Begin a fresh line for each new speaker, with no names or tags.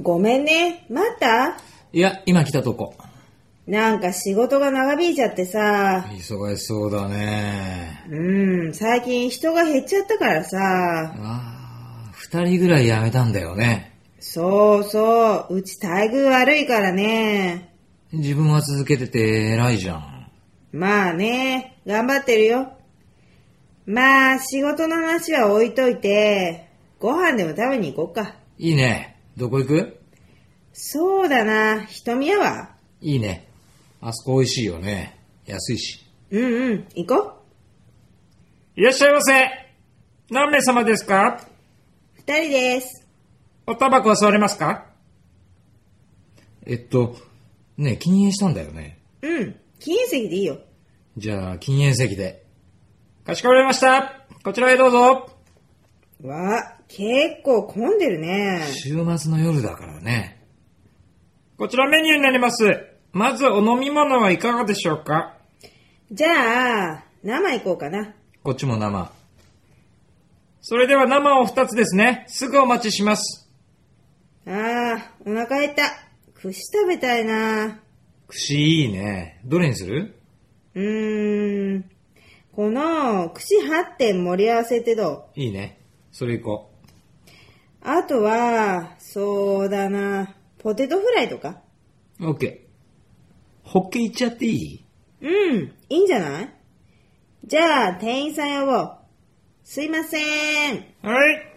ごめんね。また
いや、今来たとこ。
なんか仕事が長引いちゃってさ。
忙しそうだね。
うん、最近人が減っちゃったからさ。
ああ、二人ぐらい辞めたんだよね。
そうそう、うち待遇悪いからね。
自分は続けてて偉いじゃん。
まあね、頑張ってるよ。まあ、仕事の話は置いといて、ご飯でも食べに行こうか。
いいね。どこ行く
そうだな、瞳屋はい
いね。あそこ美味しいよね。安いし。
うんうん、行こう。
いらっしゃいませ。何名様ですか
二人です。
おタバコは吸われますかえっと、ねえ禁煙したんだよね。
うん、金石でいいよ。
じゃあ、禁煙席で。かしこまりました。こちらへどうぞ。
わ、結構混んでるね。
週末の夜だからね。こちらメニューになります。まずお飲み物はいかがでしょうか
じゃあ、生行こうかな。
こっちも生。それでは生を2つですね。すぐお待ちします。
あー、お腹減った。串食べたいな。
串いいね。どれにする
うーん。この、串8点盛り合わせってど
いいね。それいこう。
うあとは、そうだな。ポテトフライとか
オッケー。ホッケいっちゃっていい
うん、いいんじゃないじゃあ、店員さん呼ぼう。すいません。
はい。